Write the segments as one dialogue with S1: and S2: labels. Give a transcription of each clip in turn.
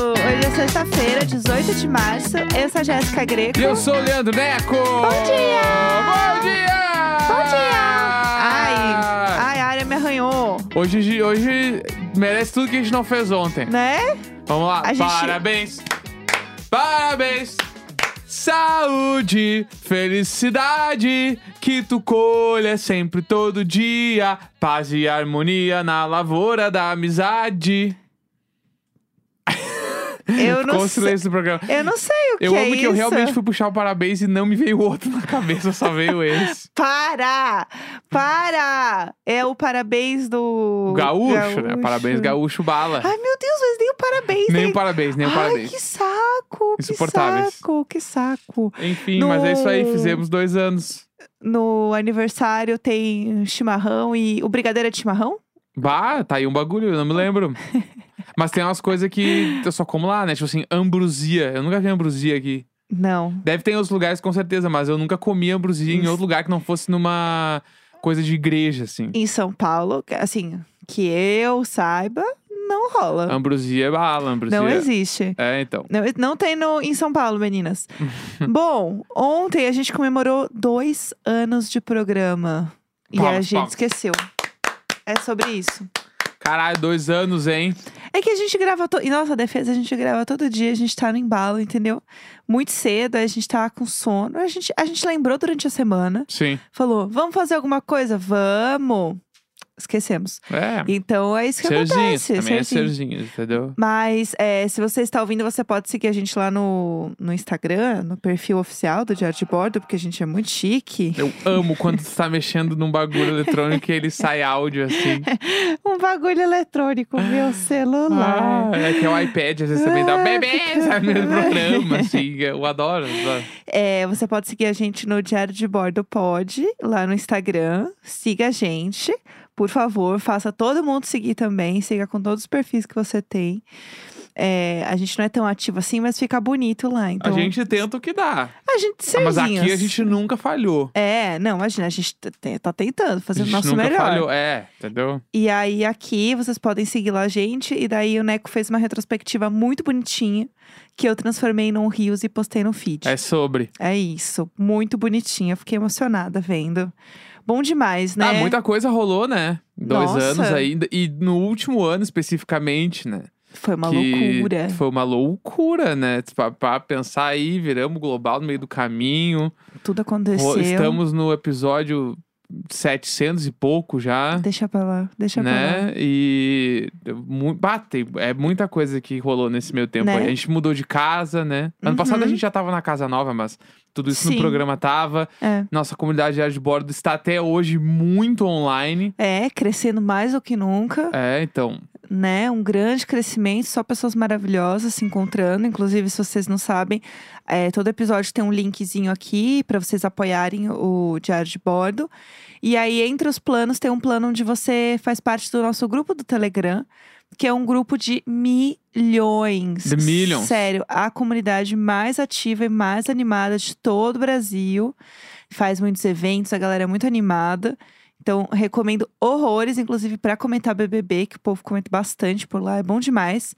S1: um é sexta-feira, 18 de março. Eu sou a Jéssica Greco.
S2: E eu sou o Leandro Neco! Bom
S1: dia!
S2: Bom dia!
S1: Bom dia! Ai, ai, a área me arranhou,
S2: Hoje, gi- hoje merece tudo que a gente não fez ontem.
S1: né?
S2: Vamos lá,
S1: A gente-
S2: parabéns! Parabéns! Saúde, felicidade, que tu colha sempre todo dia. Paz e harmonia na lavoura da amizade.
S1: Eu
S2: Com
S1: não sei.
S2: o silêncio do programa.
S1: Eu não sei o que
S2: Eu
S1: é
S2: amo que
S1: isso.
S2: eu realmente fui puxar o parabéns e não me veio outro na cabeça, só veio esse.
S1: Para! Para! É o parabéns do.
S2: Gaúcho, né? Parabéns, gaúcho bala.
S1: Tipo, Ai, meu Deus, mas nem o parabéns.
S2: nem
S1: hein?
S2: o parabéns, nem o
S1: Ai,
S2: parabéns.
S1: que saco! Que
S2: Insuportáveis.
S1: saco, que saco.
S2: Enfim, mas é isso aí,
S1: No-
S2: fizemos dois anos.
S1: No aniversário tem chimarrão e. O brigadeiro é de chimarrão?
S2: Bah, tá aí um bagulho, eu não me lembro. mas tem umas coisas que eu só como lá, né? Tipo assim, ambrosia. Eu nunca vi ambrosia aqui.
S1: Não.
S2: Deve ter em outros lugares, com certeza, mas eu nunca comi ambrosia em
S1: Isso.
S2: outro lugar que não fosse numa coisa de igreja, assim.
S1: Em São Paulo, que- assim, que eu saiba, não rola.
S2: Ambrosia é bala, ambrosia.
S1: Não existe.
S2: É, então.
S1: Não, não tem no, em São Paulo, meninas. Bom, ontem a gente comemorou dois anos de programa. E a
S2: Palmas,
S1: gente
S2: palmas.
S1: esqueceu. É sobre isso.
S2: Caralho, dois anos, hein?
S1: É que a gente grava. To... Em nossa defesa, a gente grava todo dia, a gente tá no embalo, entendeu? Muito cedo, aí a gente tá com sono. A gente, a gente lembrou durante a semana,
S2: Sim.
S1: falou: vamos fazer alguma coisa? Vamos! Esquecemos.
S2: É.
S1: Então é isso que
S2: Serginhos,
S1: acontece.
S2: também é
S1: Serginho.
S2: Serginhos, entendeu?
S1: Mas é, se você está ouvindo, você pode seguir a gente lá no, no Instagram, no perfil oficial do Diário de Bordo, porque a gente é muito chique.
S2: Eu amo quando tu tá mexendo num bagulho eletrônico e ele sai áudio assim.
S1: Um bagulho eletrônico, meu celular.
S2: Ah, é que é o iPad, às vezes também dá
S1: Ah,
S2: bebê, sabe? No programa, assim. Eu adoro. adoro.
S1: É, você pode seguir a gente no Diário de Bordo Pod, lá no Instagram. Siga a gente, por favor. Faça todo mundo seguir também. Siga com todos os perfis que você tem. É, a gente não é tão ativo assim, mas fica bonito lá.
S2: A
S1: Então,
S2: gente tenta o que dá.
S1: A gente
S2: Ah, Mas aqui a
S1: Serginhos.
S2: gente nunca falhou.
S1: É, não, imagina, a gente t- t- tá tentando
S2: A
S1: fazer o
S2: gente
S1: nosso
S2: nunca
S1: melhor.
S2: falhou. É, entendeu?
S1: E aí, aqui, vocês podem seguir lá a gente. E daí, o Neco fez uma retrospectiva muito bonitinha, que eu transformei num Rios e postei no feed.
S2: É sobre.
S1: É isso, muito bonitinha. Fiquei emocionada vendo. Bom demais, né?
S2: Ah, muita coisa rolou, né? Dois
S1: Nossa.
S2: anos ainda. E no último ano, especificamente, né?
S1: Foi uma
S2: que
S1: loucura.
S2: Foi uma loucura, né? Pra, pra pensar aí, viramos global no meio do caminho.
S1: Tudo aconteceu.
S2: Ro- Estamos no episódio 700 e pouco já.
S1: Deixa pra lá, deixa pra lá.
S2: né? E mu- bah, tem- é muita coisa que rolou nesse meio tempo.
S1: Né?
S2: aí. A gente mudou de casa, né? Ano
S1: Uhum.
S2: passado a gente já tava na casa nova, mas tudo isso
S1: Sim.
S2: no programa tava.
S1: É.
S2: Nossa comunidade Diário de bordo está até hoje muito online.
S1: É, crescendo mais do que nunca,
S2: É, então.
S1: né? Um grande crescimento, só pessoas maravilhosas se encontrando. Inclusive, se vocês não sabem, é, todo episódio tem um linkzinho aqui pra vocês apoiarem o Diário de Bordo. E aí, entre os planos, tem um plano onde você faz parte do nosso grupo do Telegram, que é um grupo de milhões.
S2: The millions.
S1: Sério, a comunidade mais ativa e mais animada de todo o Brasil. Faz muitos eventos, a galera é muito animada. Então, recomendo horrores, inclusive pra comentar BBB, que o povo comenta bastante por lá, é bom demais.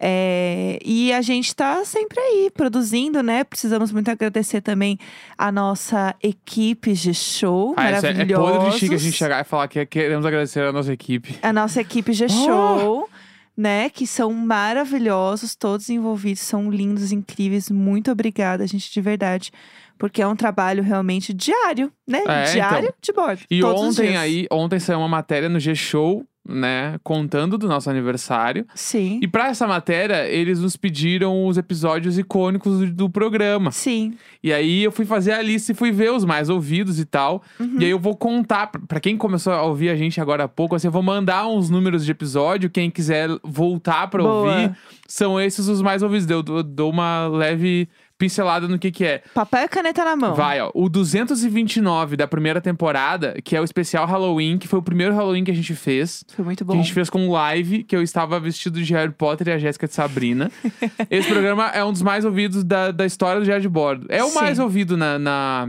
S1: É, e a gente tá sempre aí produzindo, né? Precisamos muito agradecer também a nossa equipe de show
S2: Ah, isso é, é podre de chique a
S1: Uh, maravilhosos.
S2: gente chegar Oh! e falar que queremos agradecer a nossa equipe.
S1: A nossa equipe G Show, né? Que são maravilhosos, todos envolvidos, são lindos, incríveis. Muito obrigada, gente, de verdade. Porque é um trabalho realmente diário, né?
S2: É,
S1: diário de bordo.
S2: E
S1: todos os
S2: ontem
S1: dias.
S2: aí, ontem saiu uma matéria no G-Show, né? Contando do nosso aniversário.
S1: Sim.
S2: E pra essa matéria, eles nos pediram os episódios icônicos do- do programa.
S1: Sim.
S2: E aí eu fui fazer a lista e fui ver os mais ouvidos e tal. E aí eu vou contar, pra- pra quem começou a ouvir a gente agora há pouco, assim, eu vou mandar uns números de episódio. Quem quiser voltar pra
S1: Boa.
S2: ouvir, são esses os mais ouvidos. Eu dou, dou uma leve pincelada no que que é.
S1: Papel e caneta na mão.
S2: Vai, ó. O 229 da primeira temporada, que é o especial Halloween, que foi o primeiro Halloween que a gente fez.
S1: Foi muito
S2: Que
S1: bom.
S2: a gente fez com live, que eu estava vestido de Harry Potter e a Jéssica de Sabrina. Esse programa é um dos mais ouvidos da, da história do Diário de Bordo. É o
S1: Sim.
S2: mais ouvido na. na-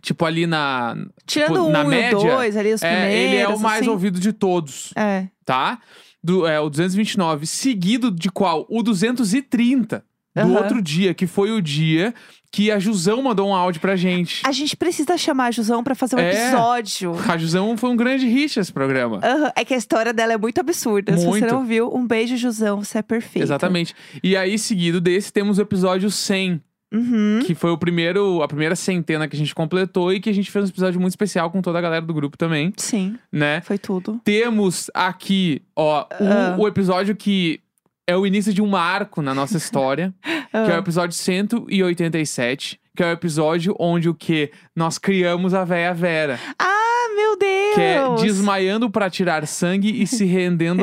S2: tipo, ali na.
S1: Tirando
S2: tipo,
S1: um
S2: na
S1: e o
S2: média,
S1: dois ali, os
S2: é,
S1: primeiros.
S2: ele é o mais
S1: assim.
S2: ouvido de todos,
S1: É.
S2: tá? do, é, o 229, seguido de qual? O 230 do
S1: Aham.
S2: outro dia, que foi o dia que a Jusão mandou um áudio pra gente.
S1: A gente precisa chamar a Jusão pra fazer um
S2: É.
S1: episódio.
S2: A Jusão foi um grande hit esse programa.
S1: Aham, É que a história dela é muito absurda. Se você
S2: Muito.
S1: não viu, um beijo, Jusão. Você é perfeito.
S2: Exatamente. E aí, seguido desse, temos o episódio 100,
S1: Uhum.
S2: que foi o primeiro, a primeira centena que a gente completou e que a gente fez um episódio muito especial com toda a galera do grupo também,
S1: Sim,
S2: né?
S1: foi tudo.
S2: Temos aqui, ó, o-
S1: Ah.
S2: o, episódio que é o início de um marco na nossa história,
S1: Ah,
S2: que é o episódio 187, que é o episódio onde o que nós criamos a véia Vera,
S1: Ah, meu Deus!
S2: que é desmaiando pra tirar sangue e se rendendo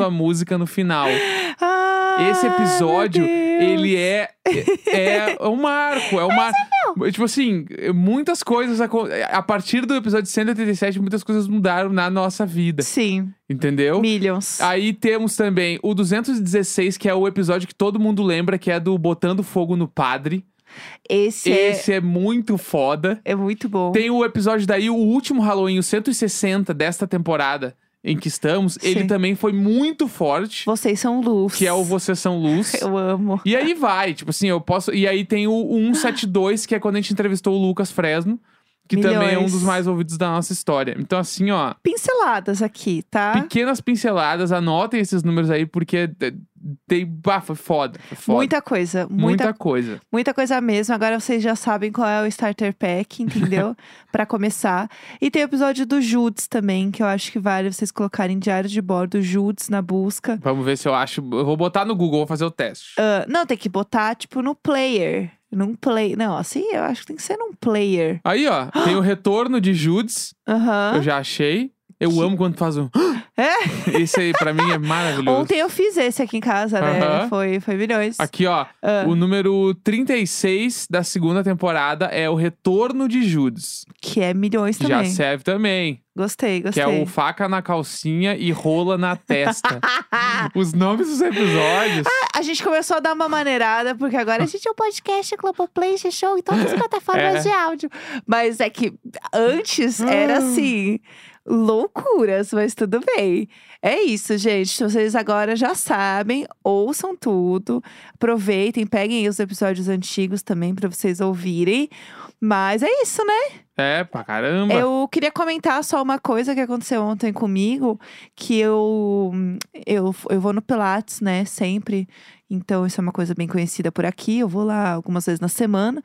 S2: à música no final.
S1: Ah,
S2: Esse episódio,
S1: meu Deus.
S2: Ele é é é um marco, é uma tipo assim, muitas coisas acon- a partir do episódio 187 muitas coisas mudaram na nossa vida,
S1: Sim,
S2: entendeu?
S1: Millions.
S2: Aí temos também o 216, que é o episódio que todo mundo lembra, que é do Botando Fogo no Padre.
S1: Esse, é-
S2: Esse é muito foda.
S1: é, muito bom.
S2: Tem o episódio daí, o último Halloween, o 160 desta temporada em que estamos. Ele
S1: Sim.
S2: também foi muito forte,
S1: Vocês são luz.
S2: que é o Vocês São Luz.
S1: Eu amo.
S2: E aí vai, tipo assim, eu posso. E aí tem o 172, que é quando a gente entrevistou o Lucas Fresno, que também é um
S1: Milhões.
S2: dos mais ouvidos da nossa história. Então, assim, ó,
S1: Pinceladas aqui, tá?
S2: pequenas pinceladas, anotem esses números aí, porque eh, tem. Bah, foi foda. Foi foda.
S1: Muita coisa, muita,
S2: Muita coisa.
S1: muita coisa mesmo. Agora vocês já sabem qual é o starter pack, entendeu? Pra começar. E tem o episódio do Judes também, que eu acho que vale vocês colocarem diário de bordo Judes na busca.
S2: Vamos ver se eu acho. Eu vou botar no Google, vou fazer o teste.
S1: Ah, não, tem que botar tipo no player, num play. Não, assim, eu acho que tem que ser num player.
S2: Aí, ó, tem
S1: Ah.
S2: o retorno de Judes,
S1: Aham.
S2: eu já achei. Eu
S1: Ah. Que-
S2: amo quando faz um. Esse aí, pra mim, é maravilhoso.
S1: Ontem eu fiz esse aqui em casa, né?
S2: Aham.
S1: Foi, foi milhões.
S2: Aqui, ó,
S1: Ah.
S2: o número 36 da segunda temporada é o Retorno de Judes.
S1: Que é milhões
S2: que Já
S1: também.
S2: serve também.
S1: Gostei, gostei.
S2: Que é o faca na calcinha e rola na testa.
S1: Ah!
S2: Os nomes dos episódios.
S1: A gente começou a dar uma maneirada, porque agora a gente é um podcast, Globoplay, G-Show, em todas as plataformas
S2: É.
S1: de áudio. Mas é que antes era assim, loucuras, mas tudo bem. É isso, gente. Vocês agora já sabem, ouçam tudo. Aproveitem, peguem os episódios antigos também pra vocês ouvirem. Mas é isso, né?
S2: É, pra caramba.
S1: Eu queria comentar só uma coisa que aconteceu ontem comigo, que eu, eu, eu vou no Pilates, né, sempre. Então, isso é uma coisa bem conhecida por aqui. Eu vou lá algumas vezes na semana.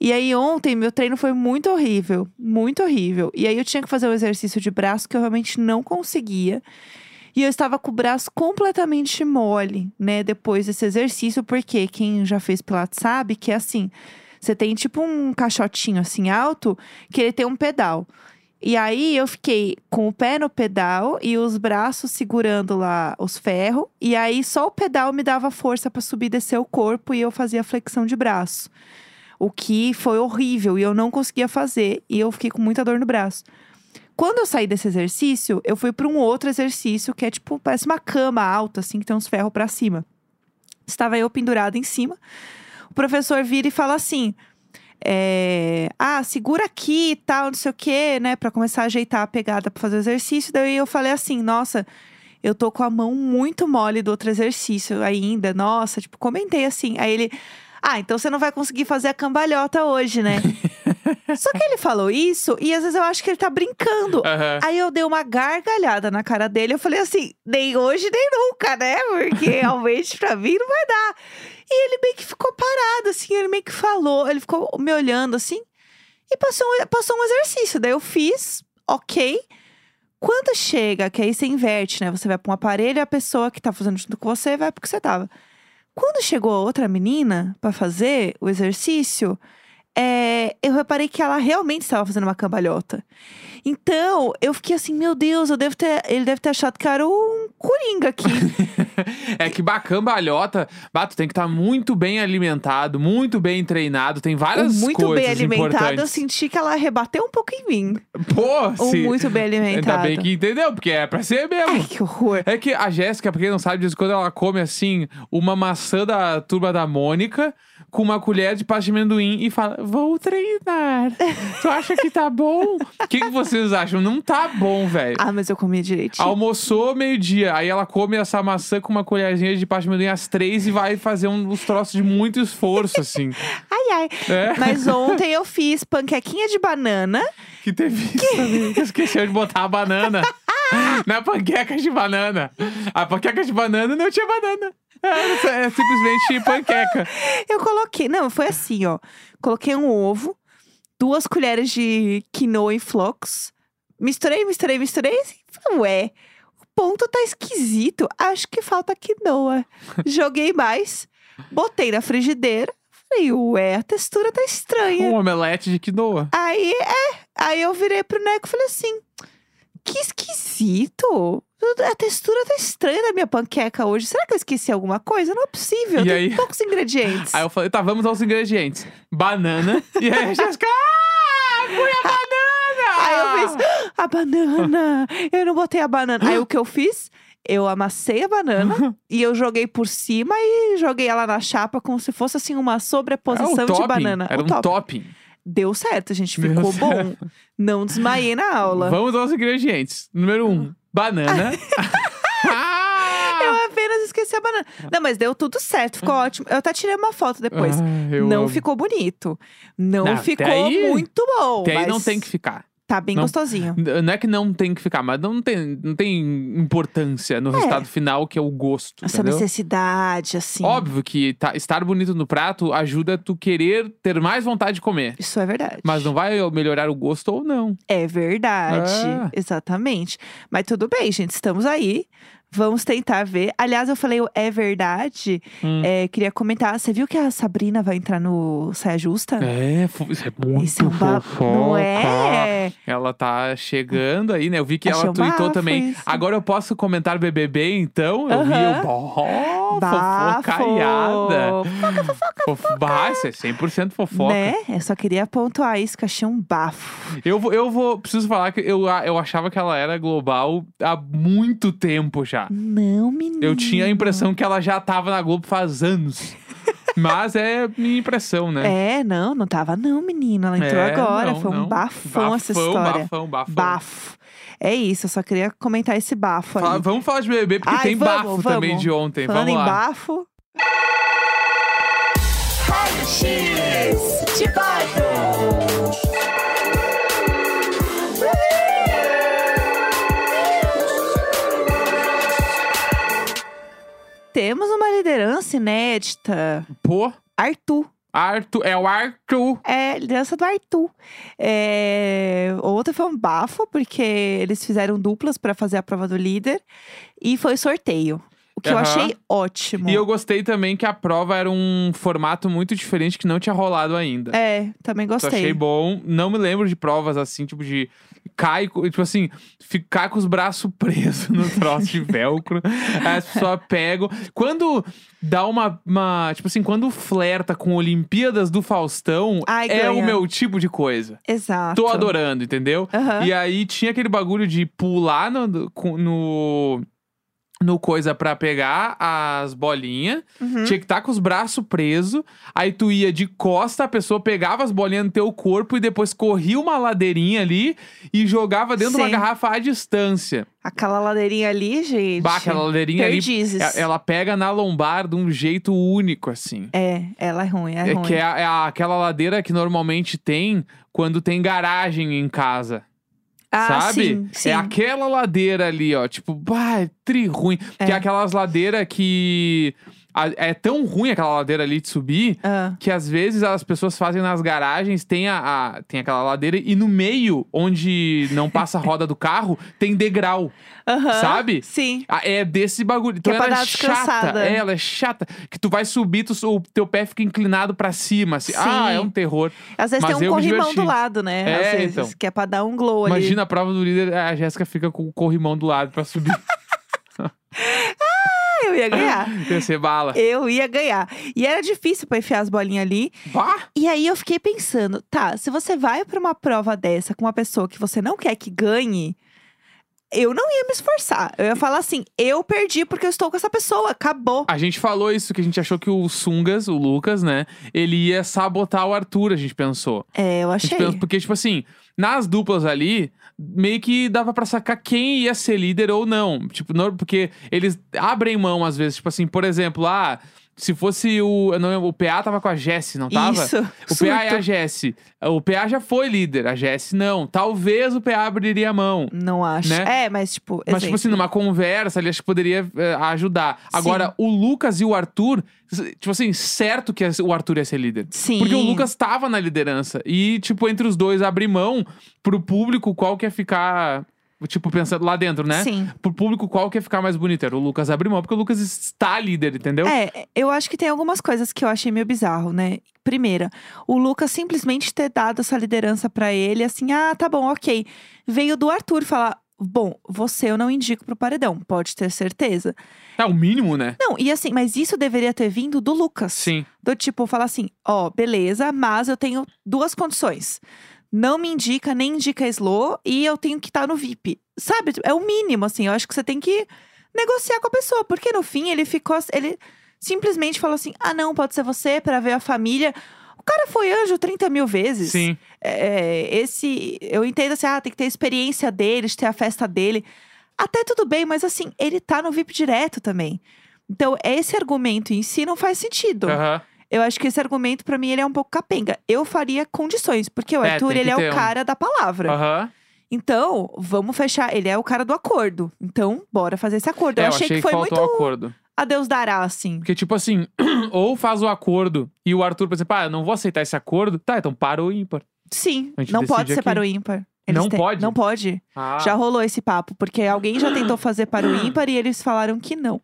S1: E aí, ontem, meu treino foi muito horrível. Muito horrível. E aí, eu tinha que fazer um exercício de braço que eu realmente não conseguia. E eu estava com o braço completamente mole, né? Depois desse exercício, porque quem já fez Pilates sabe que é assim: você tem tipo um caixotinho assim alto, que ele tem um pedal. E aí eu fiquei com o pé no pedal e os braços segurando lá os ferros. E aí só o pedal me dava força para subir e descer o corpo e eu fazia flexão de braço. O que foi horrível e eu não conseguia fazer e eu fiquei com muita dor no braço. Quando eu saí desse exercício, eu fui para um outro exercício que é tipo, parece uma cama alta assim, que tem uns ferros para cima. Estava eu pendurada em cima. O professor vira e fala assim: é, ah, segura aqui e tal, não sei o quê, né? Pra começar a ajeitar a pegada pra fazer o exercício. Daí eu falei assim, nossa, eu tô com a mão muito mole do outro exercício ainda, nossa, tipo, comentei assim. Aí ele, ah, então você não vai conseguir fazer a cambalhota hoje, né? Só que ele falou isso e às vezes eu acho que ele tá brincando.
S2: Aham.
S1: Aí eu dei uma gargalhada na cara dele. Eu falei assim, nem hoje, nem nunca, né? Porque realmente pra mim não vai dar. E ele meio que ficou parado, assim. Ele meio que falou, ele ficou me olhando assim. E passou, um- passou um exercício. Daí eu fiz, ok. Quando chega, que aí você inverte, né? Você vai pra um aparelho e a pessoa que tá fazendo junto com você vai porque você tava. Quando chegou a outra menina pra fazer o exercício, é, eu reparei que ela realmente estava fazendo uma cambalhota. Então, eu fiquei assim, meu Deus, eu devo ter, ele deve ter achado que eu era um coringa aqui.
S2: É que bacambalhota, Bato, tem que estar muito bem alimentado, muito bem treinado, tem várias
S1: Um muito
S2: coisas
S1: bem alimentado, eu
S2: importantes.
S1: senti que ela rebateu um pouco em mim.
S2: Pô,
S1: Ou
S2: se...
S1: muito bem
S2: Ainda
S1: alimentado.
S2: bem que entendeu, porque é pra ser mesmo.
S1: Ai, que horror.
S2: É que a Jéssica, pra quem não sabe, de vez em quando ela come assim, uma maçã da turma da Mônica com uma colher de pasta de amendoim e fala: Vou treinar. tu acha que tá bom? O que, que você vocês acham? Não tá bom, velho.
S1: Ah, mas eu comi direitinho.
S2: Almoçou meio-dia, aí ela come essa maçã com uma colherzinha de pasta de amendoim às três e vai fazer um- uns troços de muito esforço, assim.
S1: Ai, ai.
S2: É.
S1: Mas ontem eu fiz panquequinha de banana.
S2: Que teve isso também, que esqueceu de botar a banana. Na panqueca de banana. A panqueca de banana não tinha banana. Era é simplesmente panqueca.
S1: Eu coloquei. Não, foi assim, ó. Coloquei um ovo, duas colheres de quinoa em flocos. Misturei, misturei, misturei. e falei, Ué, o ponto tá esquisito. Acho que falta quinoa. Joguei mais, botei na frigideira. Falei, ué, a textura tá estranha.
S2: Um omelete de quinoa.
S1: Aí, é. Aí eu virei pro Neco e falei assim: que esquisito. A textura tá estranha da minha panqueca hoje. Será que eu esqueci alguma coisa? Não é possível.
S2: E
S1: Tem
S2: aí?
S1: poucos ingredientes.
S2: Aí eu falei, tá, vamos aos ingredientes. Banana. E aí a Jéssica, ah, põe a
S1: Aí
S2: banana!
S1: eu fiz, "Ah, a banana! Eu não botei a banana. Aí o que eu fiz? Eu amassei a
S2: Uhum.
S1: banana e eu joguei por cima e joguei ela na chapa como se fosse assim uma sobreposição
S2: Era um
S1: de
S2: topping,
S1: banana.
S2: Era
S1: O
S2: um
S1: top.
S2: topping.
S1: Deu certo, gente.
S2: Deu
S1: Ficou bom.
S2: certo.
S1: Não desmaiei na aula.
S2: Vamos aos ingredientes. Número um, banana.
S1: Eu
S2: Ah,
S1: apenas esqueci a banana. Não, mas deu tudo certo, ficou ótimo. Eu até tirei uma foto depois.
S2: Uhum. Ah, eu
S1: não
S2: amo.
S1: ficou bonito. Não,
S2: Não, até
S1: ficou
S2: aí-
S1: muito bom.
S2: Até aí
S1: mas
S2: não tem que ficar.
S1: Tá bem
S2: não-
S1: gostosinho.
S2: N- Não é que não tem que ficar, mas não tem, não tem importância no
S1: É.
S2: resultado final, que é o gosto.
S1: Essa
S2: entendeu?
S1: necessidade, assim.
S2: Óbvio que tá- estar bonito no prato ajuda tu querer ter mais vontade de comer.
S1: Isso é verdade.
S2: Mas não vai melhorar o gosto ou não.
S1: É verdade.
S2: É.
S1: Exatamente. Mas tudo bem, gente. Estamos aí. Vamos tentar ver. Aliás, eu falei o é verdade.
S2: Hum.
S1: É, queria comentar. Você viu que a Sabrina vai entrar no Saia Justa?
S2: É, fo- isso é muito
S1: Isso é um Ah. ba- Não é?
S2: Ela tá chegando aí, né? Eu vi que
S1: Achei
S2: ela
S1: um
S2: tweetou
S1: bafo
S2: também.
S1: isso.
S2: Agora eu posso comentar BBB, então? Eu vi,
S1: Aham.
S2: eu... Oh,
S1: Bafo!
S2: fofocaiada. Fof- Bah, isso é 100% fofoca.
S1: Né? Eu só queria pontuar isso, que eu achei um bafo.
S2: Eu, vou- eu vou... Preciso falar que eu, a- eu achava que ela era global há muito tempo já.
S1: Não, menino.
S2: Eu tinha a impressão que ela já tava na Globo faz anos. Mas é minha impressão, né?
S1: É, não, não tava, não, menino. Ela entrou
S2: É,
S1: agora.
S2: não,
S1: Foi um
S2: não.
S1: bafão, essa história.
S2: Bafão, bafão, bafão.
S1: Bafo. É isso, eu só queria comentar esse bafo
S2: Fala-
S1: aí.
S2: vamos falar de BBB, porque
S1: Ai,
S2: tem
S1: vamos,
S2: bafo também
S1: vamos.
S2: de ontem.
S1: Falando
S2: vamos
S1: em
S2: lá.
S1: bafo. Temos uma liderança inédita.
S2: Pô,
S1: Arthur.
S2: Arthur, é o Arthur.
S1: É, liderança do Arthur. É, outra foi um bafo, porque eles fizeram duplas pra fazer a prova do líder. E foi sorteio. O que eu
S2: Aham.
S1: achei ótimo.
S2: E eu gostei também que a prova era um formato muito diferente que não tinha rolado ainda.
S1: É, também
S2: Isso
S1: gostei.
S2: achei bom. Não me lembro de provas assim, tipo de cai, co- tipo assim, ficar com os braços presos no troço de velcro. As pessoas pegam. Quando dá uma, uma- Tipo assim, quando flerta com Olimpíadas do Faustão,
S1: Ai,
S2: é o
S1: ganha.
S2: meu tipo de coisa.
S1: Exato.
S2: Tô adorando, entendeu?
S1: Aham.
S2: E aí tinha aquele bagulho de pular no. do- com- no no coisa pra pegar as bolinhas,
S1: Uhum.
S2: tinha que estar com os braços presos, aí tu ia de costa, a pessoa pegava as bolinhas no teu corpo e depois corria uma ladeirinha ali e jogava dentro de uma
S1: Sim.
S2: garrafa à distância.
S1: Aquela ladeirinha ali, gente.
S2: Bah, aquela ladeirinha
S1: Perdizes.
S2: ali, e- ela pega na lombar de um jeito único, assim.
S1: É, ela é ruim, é,
S2: É
S1: ruim.
S2: que é, a- é a- aquela ladeira que normalmente tem quando tem garagem em casa.
S1: ah,
S2: sabe?
S1: Sim, sim.
S2: É aquela ladeira ali, ó. Tipo, bah, é tri ruim.
S1: É.
S2: Que é aquelas ladeiras que. a- é tão ruim aquela ladeira ali de subir
S1: Ah,
S2: que às vezes as pessoas fazem nas garagens, tem, a, a- tem aquela ladeira e no meio, onde não passa a roda do carro, tem degrau.
S1: aham,
S2: Sabe?
S1: Sim.
S2: Ah, É desse bagulho. Então
S1: é pra
S2: ela
S1: dar
S2: é
S1: uma
S2: chata.
S1: descansada.
S2: É, ela é chata. Que tu vai subir, tu, o teu pé fica inclinado pra cima. assim.
S1: Sim.
S2: Ah, é um terror.
S1: Às vezes
S2: Mas
S1: tem um
S2: eu me
S1: corrimão
S2: diverti.
S1: do lado, né?
S2: É,
S1: Às vezes,
S2: então.
S1: que é pra dar um glow ali.
S2: Imagina a prova do líder, a Jéssica fica com o corrimão do lado pra subir.
S1: Ah, eu ia ganhar.
S2: Ia ser bala.
S1: Eu ia ganhar. E era difícil pra enfiar as bolinhas ali.
S2: Bah!
S1: E aí eu fiquei pensando, tá, se você vai pra uma prova dessa com uma pessoa que você não quer que ganhe, eu não ia me esforçar. Eu ia falar assim: eu perdi porque eu estou com essa pessoa, acabou.
S2: A gente falou isso, que a gente achou que o Sungas, o Lucas, né? Ele ia sabotar o Arthur, a gente pensou.
S1: É, eu
S2: A gente
S1: achei.
S2: pensa- porque, tipo assim, nas duplas ali, meio que dava pra sacar quem ia ser líder ou não. Tipo, não- porque eles abrem mão às vezes. Tipo assim, por exemplo, ah, se fosse o. eu Não, lembro, o PA tava com a Jess, não tava?
S1: Isso.
S2: O
S1: surto.
S2: PA é a Jess. O PA já foi líder, a Jess não. Talvez o PA abriria a mão.
S1: Não acho.
S2: né?
S1: É, mas tipo.
S2: Mas, tipo
S1: exemplo.
S2: assim, numa conversa ali, acho que poderia eh, ajudar.
S1: Sim.
S2: Agora, o Lucas e o Arthur, s- tipo assim, certo que o Arthur ia ser líder.
S1: Sim.
S2: Porque o Lucas tava na liderança. E, tipo, entre os dois, abrir mão pro público qual quer ficar. Tipo, pensando lá dentro, né?
S1: Sim.
S2: Pro público qual quer ficar mais bonito. Era o Lucas abrir mão, porque o Lucas está líder, entendeu?
S1: É, eu acho que tem algumas coisas que eu achei meio bizarro, né? Primeira, o Lucas simplesmente ter dado essa liderança pra ele, assim, ah, tá bom, ok. Veio do Arthur falar. Bom, você eu não indico pro paredão, pode ter certeza.
S2: É o mínimo, né?
S1: Não, e assim, mas isso deveria ter vindo do Lucas.
S2: Sim.
S1: Do tipo, falar assim: ó, beleza, mas eu tenho duas condições. Não me indica, nem indica slow, e eu tenho que estar no VIP. Sabe? É o mínimo, assim. Eu acho que você tem que negociar com a pessoa, porque no fim ele ficou. ass- Ele simplesmente falou assim: ah, não, pode ser você, pra ver a família. O cara foi anjo 30 mil vezes.
S2: Sim.
S1: É, esse. Eu entendo assim, ah, tem que ter a experiência dele, de ter a festa dele. Até tudo bem, mas assim, ele tá no VIP direto também. Então, esse argumento em si não faz sentido.
S2: Aham.
S1: Eu acho que esse argumento, pra mim, ele é um pouco capenga. Eu faria condições, porque o
S2: É,
S1: Arthur,
S2: tem que
S1: ele é
S2: ter
S1: o
S2: um-
S1: cara da palavra.
S2: Aham.
S1: Então, vamos fechar. Ele é o cara do acordo. Então, bora fazer esse acordo.
S2: É,
S1: eu achei, que foi
S2: faltou
S1: muito
S2: o acordo.
S1: a Deus dará, assim.
S2: Porque, tipo assim, ou faz o acordo e o Arthur, por exemplo, ah, eu não vou aceitar esse acordo. Tá, então para o ímpar.
S1: Sim,
S2: A gente
S1: não pode
S2: decide
S1: ser
S2: aqui.
S1: para o ímpar.
S2: Não pode?
S1: Não pode.
S2: Ah.
S1: Já rolou esse papo, porque alguém já tentou fazer para o ímpar e eles falaram que não.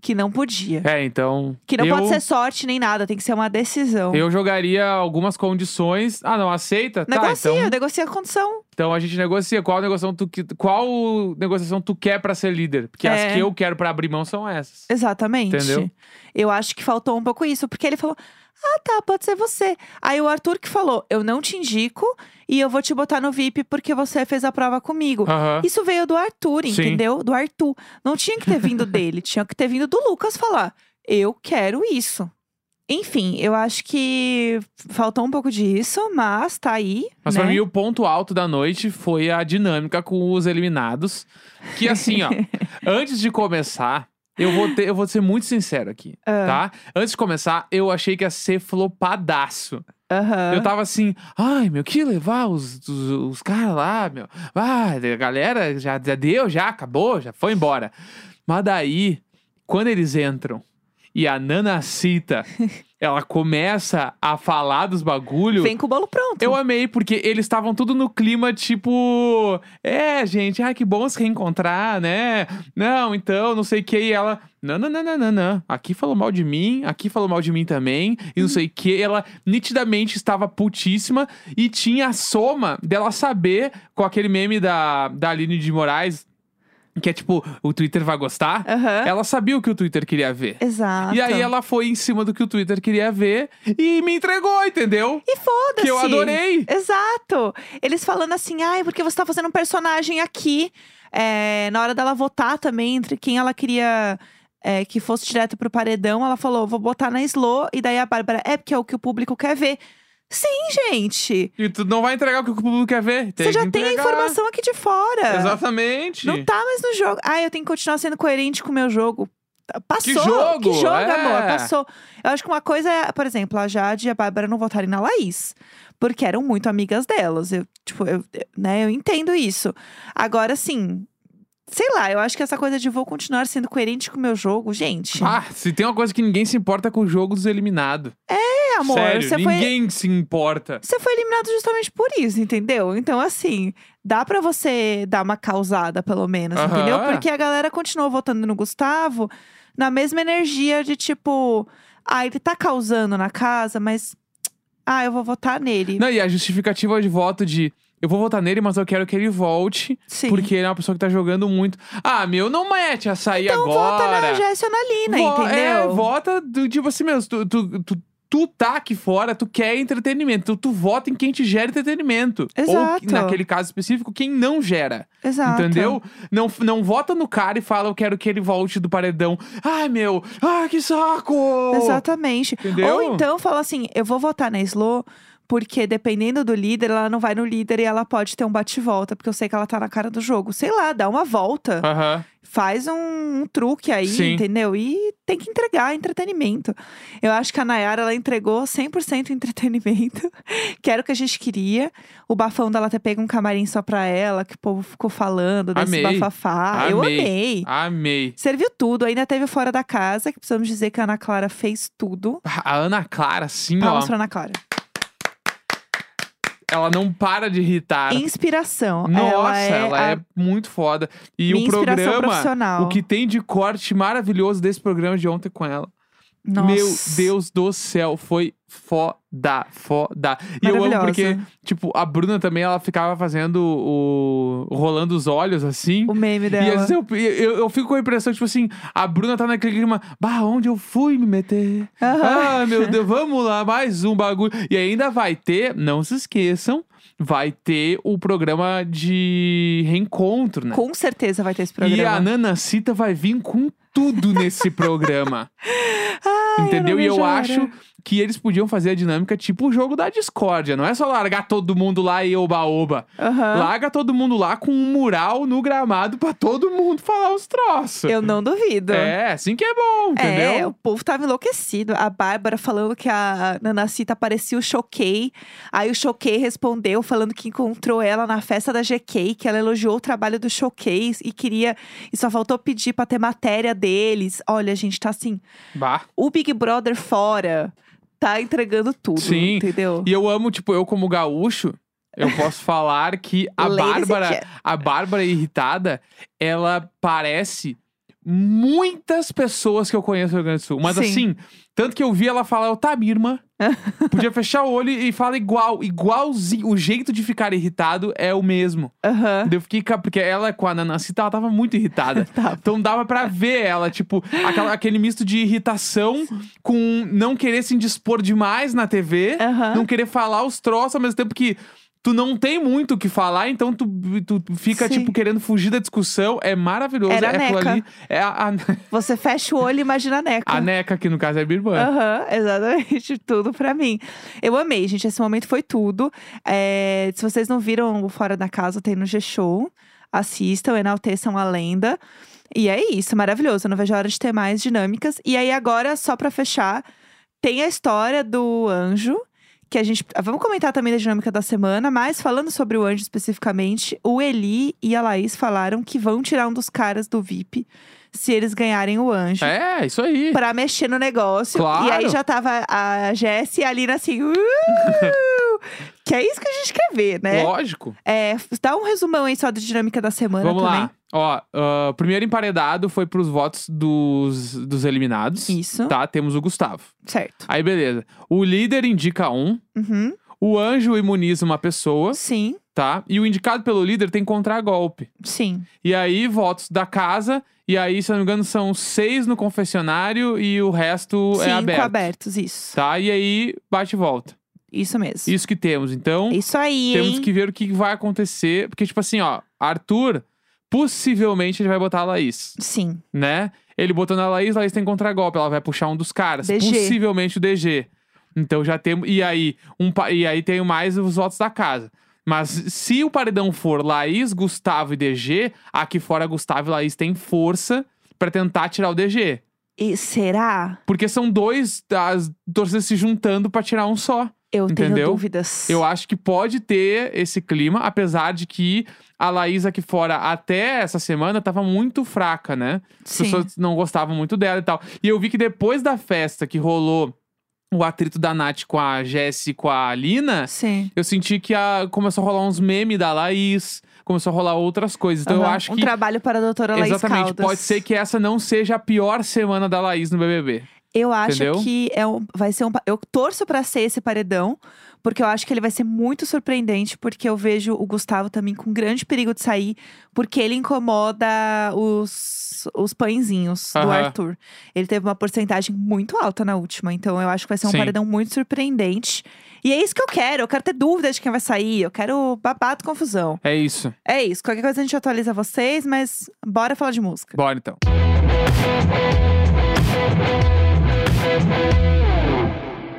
S1: Que não podia.
S2: É, então.
S1: Que não
S2: eu,
S1: pode ser um. sorte nem nada, tem que ser uma decisão.
S2: Eu jogaria algumas condições. Ah, não, aceita?
S1: negocia,
S2: Tá, então,
S1: negocia a condição.
S2: então a gente negocia. Qual negociação tu, que- qual negociação tu quer pra ser líder? Porque as
S1: É.
S2: que eu quero pra abrir mão são essas.
S1: Exatamente.
S2: Entendeu?
S1: Eu acho que faltou um pouco isso, porque ele falou: Ah, tá, pode ser você. Aí o Arthur que falou: Eu não te indico e eu vou te botar no VIP porque você fez a prova comigo.
S2: Aham.
S1: Isso veio do Arthur,
S2: Sim.
S1: entendeu? Do Arthur. Não tinha que ter vindo dele, tinha que ter vindo do Lucas falar: eu quero isso. Enfim, eu acho que faltou um pouco disso, mas tá aí.
S2: Mas
S1: né?
S2: pra mim, o ponto alto da noite foi a dinâmica com os eliminados. Que assim, ó, antes de começar, eu vou, ter, eu vou ser muito sincero aqui,
S1: Ah.
S2: tá? Antes de começar, eu achei que ia ser flopadaço.
S1: Aham.
S2: Eu tava assim, ai, meu, que levar os, os, os caras lá, meu. Ah, a galera já, já deu, já acabou, já foi embora. Mas daí, quando eles entram e a Nana cita, ela começa a falar dos bagulho.
S1: Vem com o bolo pronto.
S2: Eu amei, porque eles estavam tudo no clima, tipo... É, gente, ai, que bom se reencontrar, né? Não, então, não sei o que. E ela... Não, não, não, não, não, não. Aqui falou mal de mim, aqui falou mal de mim também. E não sei o que. Ela nitidamente estava putíssima. E tinha a soma dela saber, com aquele meme da, da Aline de Moraes... Que é tipo, o Twitter vai gostar.
S1: Aham.
S2: Ela sabia o que o Twitter queria ver.
S1: Exato.
S2: E aí ela foi em cima do que o Twitter queria ver e me entregou, entendeu?
S1: E foda-se.
S2: Que eu adorei.
S1: Exato. Eles falando assim, ai, porque você tá fazendo um personagem aqui. É, na hora dela votar também, entre quem ela queria é, que fosse direto pro paredão, ela falou, vou botar na Slow. E daí a Bárbara, é porque é o que o público quer ver. Sim, gente.
S2: E tu não vai entregar o que o público quer ver.
S1: você já
S2: que
S1: tem a
S2: entregar. né?
S1: informação aqui de fora.
S2: Exatamente.
S1: Não tá mais no jogo. Ai, eu tenho que continuar sendo coerente com o meu jogo. Tá, Passou.
S2: jogo?
S1: Que jogo,
S2: É.
S1: amor. Passou. Eu acho que uma coisa é, por exemplo, a Jade e a Bárbara não votarem na Laís. Porque eram muito amigas delas. Eu, tipo, eu, eu- né, eu entendo isso. Agora, assim, sei lá, eu acho que essa coisa de vou continuar sendo coerente com o meu jogo, gente.
S2: Ah, se tem uma coisa que ninguém se importa é com o jogo dos eliminados.
S1: é, amor.
S2: Sério,
S1: você foi
S2: ninguém se importa.
S1: Você foi eliminado justamente por isso, entendeu? Então, assim, dá pra você dar uma causada, pelo menos,
S2: Aham.
S1: entendeu? Porque a galera continuou votando no Gustavo na mesma energia de tipo, ah, ele tá causando na casa, mas ah, eu vou votar nele.
S2: Não, e a justificativa de voto de eu vou votar nele, mas eu quero que ele volte,
S1: Sim.
S2: porque ele é uma pessoa que tá jogando muito. Ah, meu, não mete a sair
S1: então
S2: agora.
S1: vota na Jéssica Analina,
S2: Vo-
S1: entendeu?
S2: É, vota do, tipo assim mesmo. Tu, tu, tu tu tá aqui fora, tu quer entretenimento. Então, tu vota em quem te gera entretenimento.
S1: Exato.
S2: Ou, naquele caso específico, quem não gera.
S1: Exato.
S2: Entendeu? Não, não vota no cara e fala, eu quero que ele volte do paredão. Ai, meu, ai, que saco!
S1: Exatamente.
S2: Entendeu?
S1: Ou então fala assim: eu vou votar na Slow, porque dependendo do líder, ela não vai no líder e ela pode ter um bate-volta, porque eu sei que ela tá na cara do jogo. Sei lá, dá uma volta.
S2: Aham.
S1: Faz um, um truque aí,
S2: Ah. Sim.
S1: entendeu? E tem que entregar entretenimento. Eu acho que a Nayara, ela entregou 100% entretenimento, que era o que a gente queria. O bafão dela ter pego um camarim só pra ela, que o povo ficou falando desse
S2: Amei.
S1: bafafá. Eu
S2: Amei.
S1: amei.
S2: Amei.
S1: Serviu tudo, ainda teve o fora da casa, que precisamos dizer que a Ana Clara fez tudo.
S2: A Ana Clara, assim,
S1: Palmas
S2: ó.
S1: pra Ana Clara.
S2: Ela não para de irritar.
S1: Inspiração.
S2: Nossa, ela
S1: a
S2: é, muito foda. E o
S1: minha inspiração
S2: programa,
S1: profissional.
S2: o que tem de corte maravilhoso desse programa de ontem com ela.
S1: Nossa.
S2: Meu Deus do céu, foi foda, foda. E eu amo
S1: Maravilhosa.
S2: porque, tipo, a Bruna também, ela ficava fazendo o. rolando os olhos assim.
S1: O meme
S2: E às
S1: dela.
S2: vezes eu, eu, eu fico com a impressão, tipo assim, a Bruna tá naquele clima, bah, onde eu fui me meter?
S1: Aham.
S2: Ah, meu Deus, vamos lá, mais um bagulho. E ainda vai ter, não se esqueçam, vai ter o programa de reencontro, né?
S1: Com certeza vai ter esse
S2: E a
S1: programa.
S2: Nana Cita vai vir com tudo nesse programa.
S1: eu
S2: Entendeu?
S1: não
S2: e
S1: vejo
S2: eu
S1: a hora.
S2: acho que eles podiam fazer a dinâmica tipo o jogo da discórdia. Não é só largar todo mundo lá e oba-oba.
S1: Aham.
S2: Larga todo mundo lá com um mural no gramado pra todo mundo falar os troços.
S1: Eu não duvido.
S2: É, assim que é bom,
S1: É,
S2: entendeu?
S1: o povo tava enlouquecido. A Bárbara falando que a Nanacita parecia o Choquei. Aí o Choquei respondeu falando que encontrou ela na festa da GK, que ela elogiou o trabalho do Choquei e queria. E só faltou pedir pra ter matéria deles. Olha, gente, tá assim.
S2: Bah.
S1: O Big Brother fora tá entregando tudo.
S2: Sim.
S1: Entendeu?
S2: E eu amo, tipo, eu como gaúcho, eu posso falar que a
S1: Ladies and
S2: Bárbara,
S1: gent-
S2: a Bárbara irritada, ela parece muitas pessoas que eu conheço no Rio Grande do Sul. Mas
S1: Sim.
S2: assim, tanto que eu vi ela falar, eu, tá, minha irmã. Podia fechar o olho e fala igual, igualzinho. O jeito de ficar irritado é o mesmo.
S1: Aham.
S2: Daí Eu fiquei, ca- porque ela com a Nanacita, ela tava muito irritada.
S1: Tava.
S2: Então dava pra ver ela, tipo, aquela- aquele misto de irritação com não querer se indispor demais na TV,
S1: Aham.
S2: não querer falar os troços ao mesmo tempo que tu não tem muito o que falar, então tu, tu fica,
S1: Sim.
S2: tipo, querendo fugir da discussão. É maravilhoso.
S1: Era a
S2: é aquilo
S1: Neca.
S2: ali. É a, a,
S1: Você fecha o olho e imagina a Neca.
S2: a Neca, que no caso é a Birban.
S1: Aham, exatamente, tudo pra mim. Eu amei, gente, esse momento foi tudo. É, se vocês não viram o Fora da Casa, tem no G-Show. Assistam, enalteçam a lenda. E é isso, maravilhoso. Eu não vejo a hora de ter mais dinâmicas. E aí, agora, só pra fechar, tem a história do anjo. Que a gente. Vamos comentar também da dinâmica da semana, mas falando sobre o anjo especificamente, o Eli e a Laís falaram que vão tirar um dos caras do VIP se eles ganharem o anjo
S2: É, isso aí.
S1: pra mexer no negócio.
S2: Claro.
S1: E aí já tava a Jess e a Lina assim. "Uh!" que é isso que a gente quer ver, né?
S2: Lógico.
S1: É, f- dá um resumão aí só da dinâmica da semana
S2: Vamos
S1: também.
S2: lá. Ó, ah, primeiro emparedado foi pros votos dos, dos eliminados.
S1: Isso,
S2: Tá, temos o Gustavo.
S1: certo.
S2: Aí, beleza. O líder indica um,
S1: Uhum.
S2: o anjo imuniza uma pessoa,
S1: Sim,
S2: tá? E o indicado pelo líder tem contragolpe.
S1: sim.
S2: E aí, votos da casa, e aí, se eu não me engano, são seis no confessionário e o resto
S1: Cinco
S2: é aberto.
S1: abertos, isso.
S2: Tá? E aí, bate e volta.
S1: Isso mesmo.
S2: Isso que temos. Então,
S1: Isso aí,
S2: temos
S1: hein?
S2: que ver o que vai acontecer. Porque, tipo assim, ó, Arthur, possivelmente ele vai botar a Laís,
S1: Sim,
S2: né? Ele botando a Laís, Laís tem contragolpe, ela vai puxar um dos caras.
S1: DG.
S2: Possivelmente o DG. Então já temos. E aí, um, pa- e aí tem mais os votos da casa. Mas se o paredão for Laís, Gustavo e DG, aqui fora Gustavo e Laís têm força pra tentar tirar o DG.
S1: e será?
S2: Porque são dois as torcidas se juntando pra tirar um só.
S1: Eu tenho
S2: Entendeu?
S1: dúvidas.
S2: Eu acho que pode ter esse clima, apesar de que a Laís aqui fora até essa semana tava muito fraca, né? As
S1: Sim.
S2: pessoas não gostavam muito dela e tal. E eu vi que depois da festa que rolou o atrito da Nath com a Jess e com a Lina,
S1: Sim.
S2: eu senti que a- começou a rolar uns memes da Laís, começou a rolar outras coisas. Então eu
S1: Aham.
S2: acho
S1: um
S2: que.
S1: trabalho para a doutora Laís
S2: Exatamente,
S1: Caldas.
S2: pode ser que essa não seja a pior semana da Laís no BBB.
S1: Eu acho
S2: Entendeu?
S1: que é um, vai ser um. pa- Eu torço pra ser esse paredão, Porque eu acho que ele vai ser muito surpreendente, porque eu vejo o Gustavo também com grande perigo de sair, porque ele incomoda os, os pãezinhos do
S2: Aham.
S1: Arthur. Ele teve uma porcentagem muito alta na última, então eu acho que vai ser um
S2: Sim.
S1: paredão muito surpreendente. E é isso que eu quero, eu quero ter dúvida de quem vai sair, eu quero babado confusão.
S2: É isso.
S1: É isso, qualquer coisa a gente atualiza vocês, mas bora falar de música.
S2: Bora então.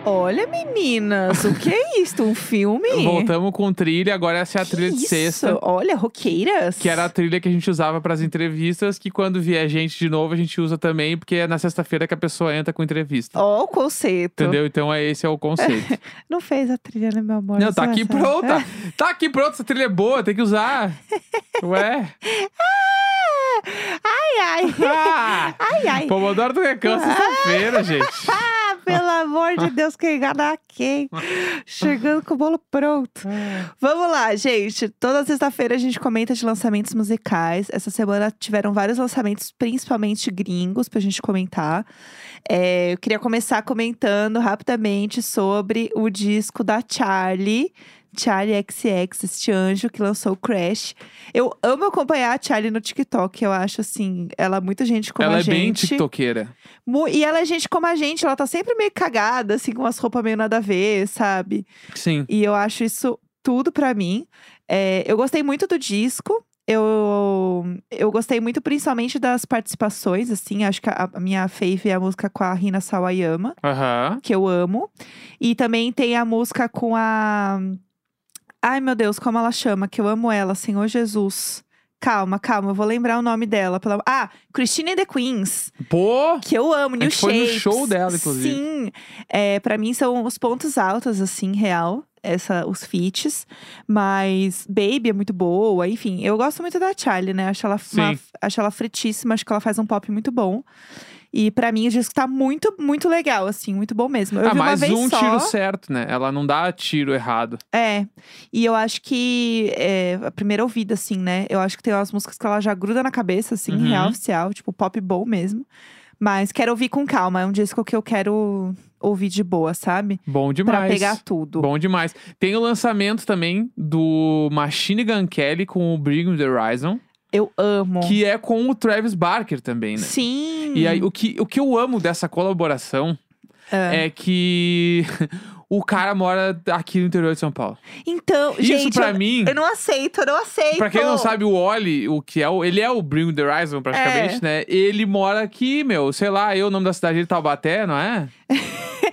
S1: Olha, meninas, o que é isto? Um filme?
S2: Voltamos com trilha, agora essa é a
S1: Que
S2: trilha de
S1: isso?
S2: sexta.
S1: Olha, roqueiras.
S2: Que era a trilha que a gente usava para as entrevistas, que quando vier gente de novo, a gente usa também, porque é na sexta-feira que a pessoa entra com entrevista.
S1: Ó, o conceito.
S2: Entendeu? Então é esse é o conceito.
S1: Não fez a trilha, né, meu amor?
S2: Não, tá
S1: Você
S2: aqui
S1: vai-
S2: pronta. Tá aqui pronta, essa trilha é boa, tem que usar. Ué.
S1: Ai, ai.
S2: Ah!
S1: Ai, ai.
S2: Pomodoro do Recanto, sexta-feira, gente.
S1: Ah, pelo amor de Deus, quem enganar quem? Chegando com o bolo pronto. Vamos lá, gente. Toda sexta-feira a gente comenta de lançamentos musicais. Essa semana tiveram vários lançamentos, principalmente gringos, pra gente comentar. É, eu queria começar comentando rapidamente sobre o disco da Charlie. Charlie XX, este anjo que lançou o Crash. Eu amo acompanhar a Charlie no TikTok. Eu acho, assim, ela muita gente como
S2: Ela
S1: a
S2: é bem
S1: gente.
S2: tiktokeira.
S1: Mu- E ela é gente como a gente, ela tá sempre meio cagada, assim, com umas roupas meio nada a ver, sabe?
S2: Sim.
S1: E eu acho isso tudo pra mim. É, eu gostei muito do disco. Eu, eu gostei muito, principalmente, das participações, assim. Acho que a, a minha fave é a música com a Rina Sawayama,
S2: Aham.
S1: que eu amo. E também tem a música com a. Ai, meu Deus, como ela chama? Que eu amo ela, Senhor Jesus. Calma, calma, eu vou lembrar o nome dela. pelo am- Ah, Christine and the Queens.
S2: Pô!
S1: Que eu amo, New
S2: gente É foi no
S1: Shapes.
S2: show dela, inclusive.
S1: Sim. É, pra mim são os pontos altos, assim, real. Essa, os feats. Mas Baby é muito boa. Enfim, eu gosto muito da Charlie, né? Acho ela, uma,
S2: Sim.
S1: acho ela fritíssima, acho que ela faz um pop muito bom. E pra mim o disco tá muito, muito legal, assim, muito bom mesmo. Eu
S2: ah,
S1: vi uma
S2: mais
S1: vez
S2: um
S1: só.
S2: tiro certo, né? Ela não dá tiro errado.
S1: É. E eu acho que é, a primeira ouvida, assim, né? Eu acho que tem umas músicas que ela já gruda na cabeça, assim,
S2: Uhum.
S1: real oficial, tipo pop bom mesmo. Mas quero ouvir com calma. É um disco que eu quero ouvir de boa, sabe?
S2: Bom demais.
S1: Pra pegar tudo.
S2: Bom demais. Tem o lançamento também do Machine Gun Kelly com o Brigham The Horizon,
S1: Eu amo.
S2: que é com o Travis Barker também, né?
S1: Sim.
S2: E aí, o que, o que eu amo dessa colaboração é que o cara mora aqui no interior de São Paulo.
S1: Então,
S2: Isso
S1: gente,
S2: pra
S1: eu,
S2: mim.
S1: eu não aceito, eu não aceito.
S2: Pra quem não sabe, o Oli, o que é o, ele é o Bring the Horizon, praticamente,
S1: É.
S2: né? Ele mora aqui, meu, sei lá, eu, o nome da cidade dele, é Taubaté, não é?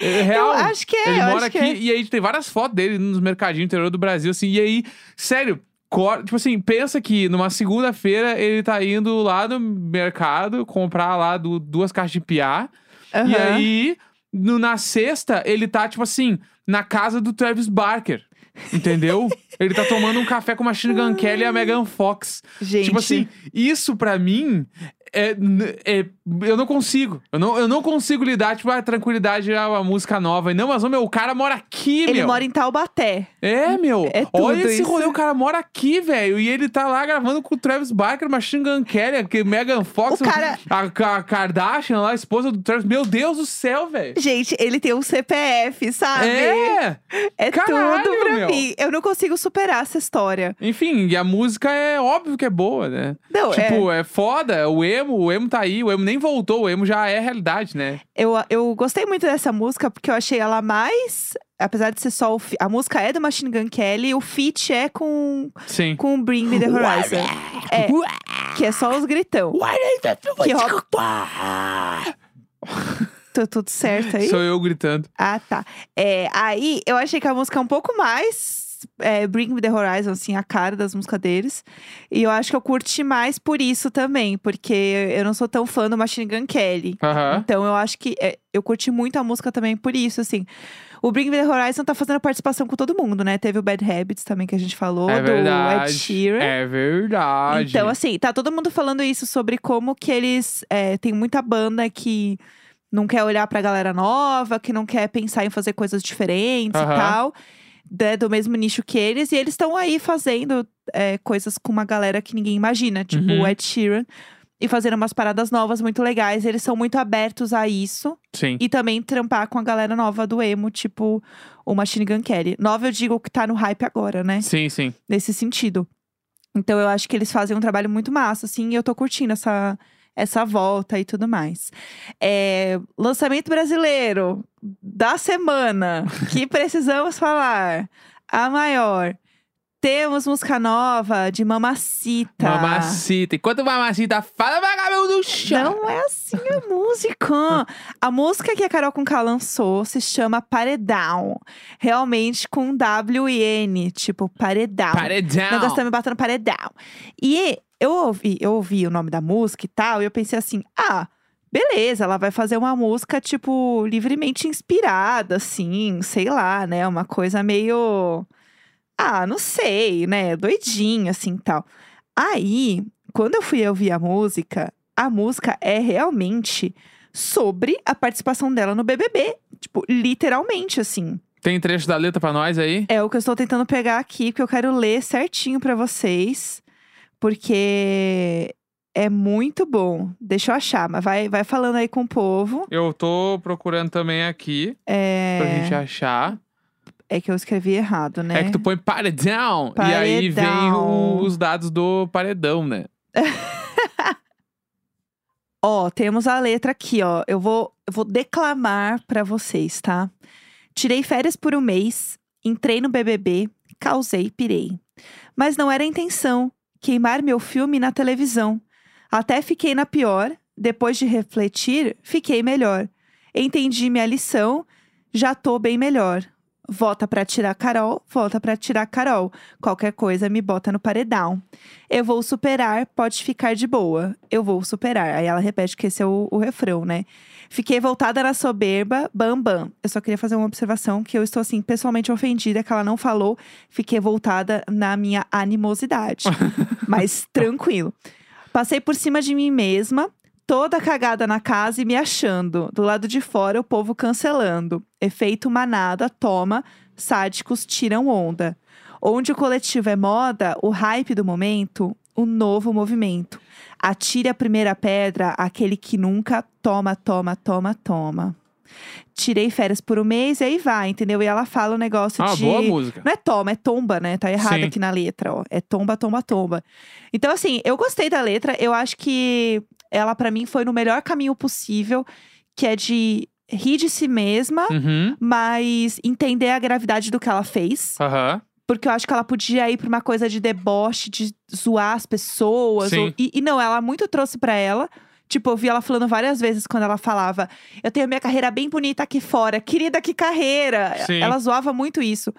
S2: É real.
S1: Eu acho que é,
S2: ele
S1: eu
S2: mora
S1: acho
S2: aqui
S1: que é.
S2: e aí tem várias fotos dele nos mercadinhos interior do Brasil, assim. E aí, sério, cor- tipo assim, pensa que numa segunda-feira ele tá indo lá no mercado comprar lá du- duas caixas de piá. E
S1: é. Aham.
S2: aí, no- na sexta, ele tá, tipo assim, na casa do Travis Barker. Entendeu? ele tá tomando um café com a Machine Gun Kelly e a Megan Fox.
S1: Gente.
S2: Tipo assim, isso pra mim. É, n- é- eu não consigo. Eu não, eu não consigo lidar, tipo, a tranquilidade é uma música nova. E não, mas, ô, meu, o cara mora aqui,
S1: Ele
S2: meu.
S1: mora em Taubaté.
S2: É, meu.
S1: É
S2: Olha
S1: tudo
S2: esse
S1: isso.
S2: rolê, o cara mora aqui, velho. E ele tá lá gravando com o Travis Barker, Machine Gun Kelly, que Megan Fox,
S1: O cara-
S2: a, Ka- Kardashian lá, a esposa do Travis. Meu Deus do céu, velho.
S1: Gente, ele tem um CPF, sabe?
S2: É!
S1: É
S2: Caralho,
S1: tudo pra
S2: meu.
S1: mim. Eu não consigo superar essa história.
S2: Enfim, e a música é óbvio que é boa, né?
S1: Não, é.
S2: tipo, é. foda, o emo, o emo tá aí, o emo nem voltou, o emo já é realidade, né?
S1: Eu, eu gostei muito dessa música porque eu achei ela mais. Apesar de ser só o. fi- A música é do Machine Gun Kelly, o feat é com,
S2: Sim.
S1: com o Bring Me the Horizon. É, que é só os gritão. Que rola- Tô tudo certo aí?
S2: Sou eu gritando.
S1: Ah, tá. É, aí eu achei que a música é um pouco mais é, Bring Me The Horizon, assim, a cara das músicas deles. E eu acho que eu curti mais por isso também, porque eu não sou tão fã do Machine Gun Kelly.
S2: Aham.
S1: Então eu acho que é, eu curti muito a música também por isso, assim. O Bring Me The Horizon tá fazendo participação com todo mundo, né? Teve o Bad Habits também que a gente falou,
S2: É
S1: do Ed
S2: verdade.
S1: Sheeran.
S2: É verdade.
S1: Então, assim, tá todo mundo falando isso sobre como que eles. é, tem muita banda que não quer olhar pra galera nova, que não quer pensar em fazer coisas diferentes
S2: Aham.
S1: e tal. né, do mesmo nicho que eles, e eles estão aí fazendo é, coisas com uma galera que ninguém imagina, tipo
S2: Uhum.
S1: o Ed Sheeran. e fazer umas paradas novas muito legais. Eles são muito abertos a isso.
S2: Sim.
S1: E também trampar com a galera nova do emo, tipo o Machine Gun Kelly. Nova eu digo que tá no hype agora, né?
S2: Sim, sim.
S1: Nesse sentido. Então eu acho que eles fazem um trabalho muito massa, assim, e eu tô curtindo essa, essa volta e tudo mais. É, lançamento brasileiro da semana que precisamos falar. A maior. Temos música nova de Mamacita.
S2: Mamacita. Enquanto mamacita fala, vagabundo chão.
S1: Não é assim a música. A música que a Carol Conká lançou se chama Paredão. Realmente com W e N, tipo paredão. O
S2: Paredão.
S1: negócio tá me batendo paredão. E eu ouvi, eu ouvi o nome da música e tal, e eu pensei assim, ah. Beleza, ela vai fazer uma música, tipo, livremente inspirada, assim, sei lá, né? Uma coisa meio. Ah, não sei, né? Doidinha, assim tal. Aí, quando eu fui ouvir a música, a música é realmente sobre a participação dela no BBB. Tipo, literalmente, assim.
S2: Tem um trecho da letra pra nós aí?
S1: É o que eu estou tentando pegar aqui, que eu quero ler certinho pra vocês, porque é muito bom. Deixa eu achar, mas vai, vai falando aí com o povo.
S2: Eu tô procurando também aqui pra gente
S1: É,
S2: achar.
S1: é que eu escrevi errado, né?
S2: É que tu põe paredão, e aí vem
S1: Paredão.
S2: o- os dados do paredão, né?
S1: Ó, temos a letra aqui, ó. Eu vou, eu vou declamar pra vocês, tá? Tirei férias por um mês, entrei no BBB, causei, pirei. Mas não era a intenção queimar meu filme na televisão. Até fiquei na pior, depois de refletir, fiquei melhor. Entendi minha lição, já tô bem melhor. Vota pra tirar Carol, vota pra tirar Carol. Qualquer coisa me bota no paredão. Eu vou superar, pode ficar de boa. Eu vou superar. Aí ela repete que esse é o, o refrão, né? Fiquei voltada na soberba, bam, bam. Eu só queria fazer uma observação que eu estou, assim, pessoalmente ofendida que ela não falou. Fiquei voltada na minha animosidade. Mas tranquilo. Passei por cima de mim mesma, toda cagada na casa e me achando. Do lado de fora, o povo cancelando. Efeito manada, toma, sádicos tiram onda. Onde o coletivo é moda, o hype do momento, o novo movimento. Atire a primeira pedra, aquele que nunca toma, toma, toma, toma. Tirei férias por um mês e aí vai, entendeu? E ela fala o negócio
S2: Ah,
S1: de.
S2: boa música.
S1: Não é toma, é tomba, né? Tá errado
S2: Sim.
S1: aqui na letra, ó. É tomba, tomba, tomba. Então, assim, eu gostei da letra. Eu acho que ela, pra mim, foi no melhor caminho possível, que é de rir de si mesma,
S2: Uhum.
S1: mas entender a gravidade do que ela fez.
S2: Aham.
S1: Porque eu acho que ela podia ir pra uma coisa de deboche, de zoar as pessoas.
S2: Sim.
S1: ou- E, e não, ela muito trouxe pra ela. Tipo, eu vi ela falando várias vezes quando ela falava: Eu tenho minha carreira bem bonita aqui fora, querida, que carreira!
S2: Sim.
S1: Ela zoava muito isso.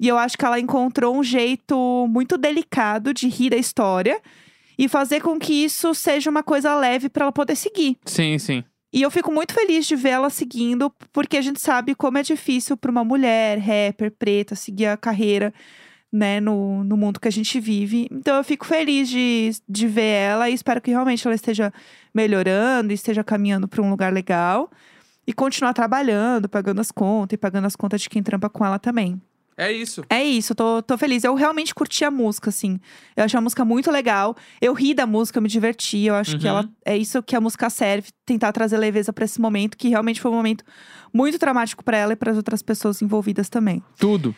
S1: E eu acho que ela encontrou um jeito muito delicado de rir da história e fazer com que isso seja uma coisa leve pra ela poder seguir.
S2: Sim, sim.
S1: E eu fico muito feliz de ver ela seguindo, porque a gente sabe como é difícil para uma mulher, rapper, preta, seguir a carreira, né, no, no mundo que a gente vive. Então eu fico feliz de, de ver ela e espero que realmente ela esteja melhorando, e esteja caminhando para um lugar legal. E continuar trabalhando, pagando as contas e pagando as contas de quem trampa com ela também.
S2: É isso.
S1: É isso, tô, tô feliz. Eu realmente curti a música, assim. Eu achei a música muito legal. Eu ri da música, eu me diverti. Eu acho que
S2: Uhum.
S1: ela é isso que a música serve, tentar trazer leveza pra esse momento, que realmente foi um momento muito traumático pra ela e pras outras pessoas envolvidas também.
S2: Tudo.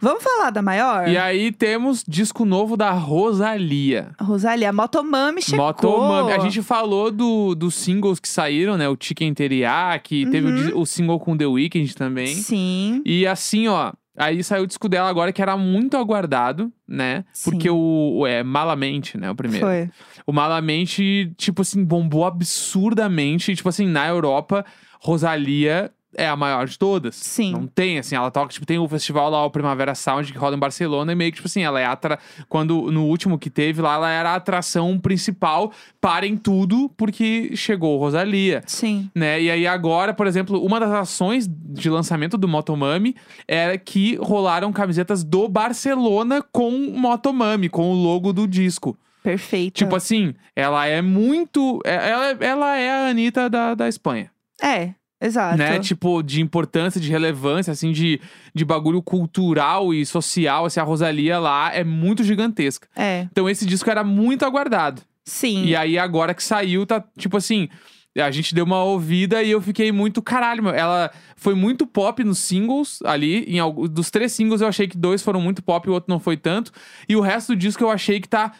S1: Vamos falar da maior?
S2: E aí temos disco novo da Rosalia.
S1: Rosalia, Motomami chegou.
S2: Motomami. A gente falou do, dos singles que saíram, né? O Chicken Teriyaki,
S1: Uhum.
S2: teve o, dis- o single com The Weeknd também.
S1: Sim.
S2: E assim, ó, aí saiu o disco dela agora que era muito aguardado, né?
S1: Sim.
S2: Porque o, o- é Malamente, né, o primeiro.
S1: Foi.
S2: O Malamente, tipo assim, bombou absurdamente, E, tipo assim, na Europa, Rosalia é a maior de todas.
S1: Sim.
S2: Não tem, assim, ela toca, tipo, tem o festival lá, o Primavera Sound, que rola em Barcelona, e meio que, tipo assim, ela é a atra... Quando, no último que teve lá, ela era a atração principal, parem tudo, porque chegou Rosalia
S1: Sim.
S2: né? E aí agora, por exemplo, uma das ações de lançamento do Motomami era que rolaram camisetas do Barcelona com Motomami, com o logo do disco.
S1: Perfeito.
S2: Tipo assim, ela é muito... é- Ela, ela é a Anitta da, da Espanha,
S1: É, exato.
S2: assim, né? Tipo, de importância, de relevância, assim, de, de bagulho cultural e social. Assim, a Rosalia lá é muito gigantesca.
S1: É,
S2: Então esse disco era muito aguardado.
S1: Sim.
S2: E aí, agora que saiu, tá tipo assim. A gente deu uma ouvida e eu fiquei muito caralho, meu. Ela foi muito pop nos singles ali. Em algu- Dos três singles, eu achei que dois foram muito pop e o outro não foi tanto. E o resto do disco eu achei que tá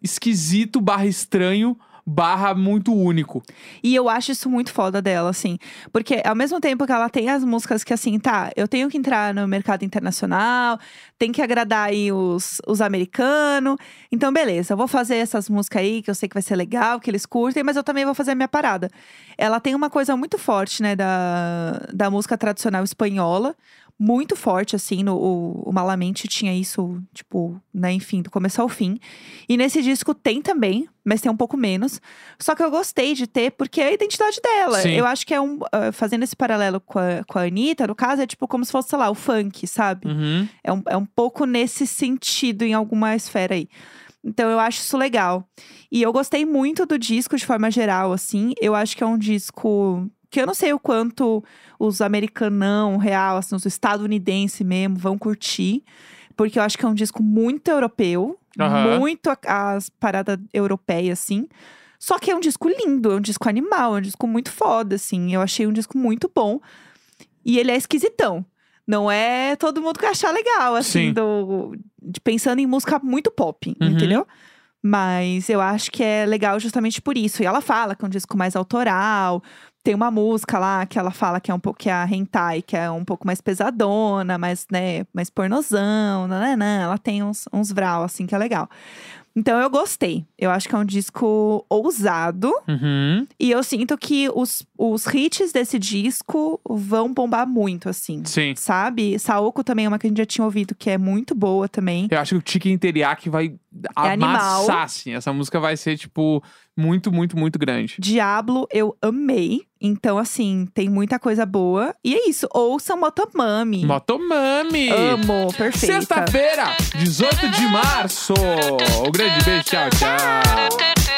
S2: esquisito, barra estranho, barra muito único.
S1: E eu acho isso muito foda dela, assim. Porque ao mesmo tempo que ela tem as músicas que, assim, tá, eu tenho que entrar no mercado internacional, tem que agradar aí os, os americanos. Então, beleza, eu vou fazer essas músicas aí que eu sei que vai ser legal, que eles curtem, mas eu também vou fazer a minha parada. Ela tem uma coisa muito forte, né, da, da música tradicional espanhola. Muito forte, assim, no, o, o Malamente tinha isso, tipo, né, enfim, do começo ao fim. E nesse disco tem também, mas tem um pouco menos. Só que eu gostei de ter, porque é a identidade dela.
S2: Sim.
S1: Eu acho que é um. ah, fazendo esse paralelo com a, com a Anitta, no caso, é tipo como se fosse, sei lá, o funk, sabe?
S2: Uhum.
S1: É um, é um pouco nesse sentido, em alguma esfera aí. Então eu acho isso legal. E eu gostei muito do disco de forma geral, assim. Eu acho que é um disco que eu não sei o quanto os americanão real, assim, os estadunidenses mesmo, vão curtir. Porque eu acho que é um disco muito europeu.
S2: Aham.
S1: Muito a- as paradas europeias, assim. Só que é um disco lindo, é um disco animal, é um disco muito foda, assim. Eu achei um disco muito bom. E ele é esquisitão. Não é todo mundo que achar legal, assim,
S2: Sim.
S1: do, de- pensando em música muito pop,
S2: Uhum.
S1: entendeu? Mas eu acho que é legal justamente por isso. E ela fala que é um disco mais autoral. Tem uma música lá que ela fala que é um pouco que é a hentai, que é um pouco mais pesadona, mais, né, mais pornozão, nananã. Ela tem uns, uns vral, assim, que é legal. Então eu gostei. Eu acho que é um disco ousado.
S2: Uhum.
S1: E eu sinto que os, os hits desse disco vão bombar muito, assim.
S2: Sim.
S1: Sabe? Saoko também é uma que a gente já tinha ouvido, que é muito boa também.
S2: Eu acho que o Chicken Teriyaki vai
S1: É animal.
S2: amassar, assim. Essa música vai ser, tipo, muito, muito, muito grande.
S1: Diablo, eu amei. Então, assim, tem muita coisa boa. E é isso. Ouçam Motomami.
S2: Motomami!
S1: Amo, perfeita.
S2: Sexta-feira, 18 de março! Um grande beijo, tchau, tchau!
S3: Tchau.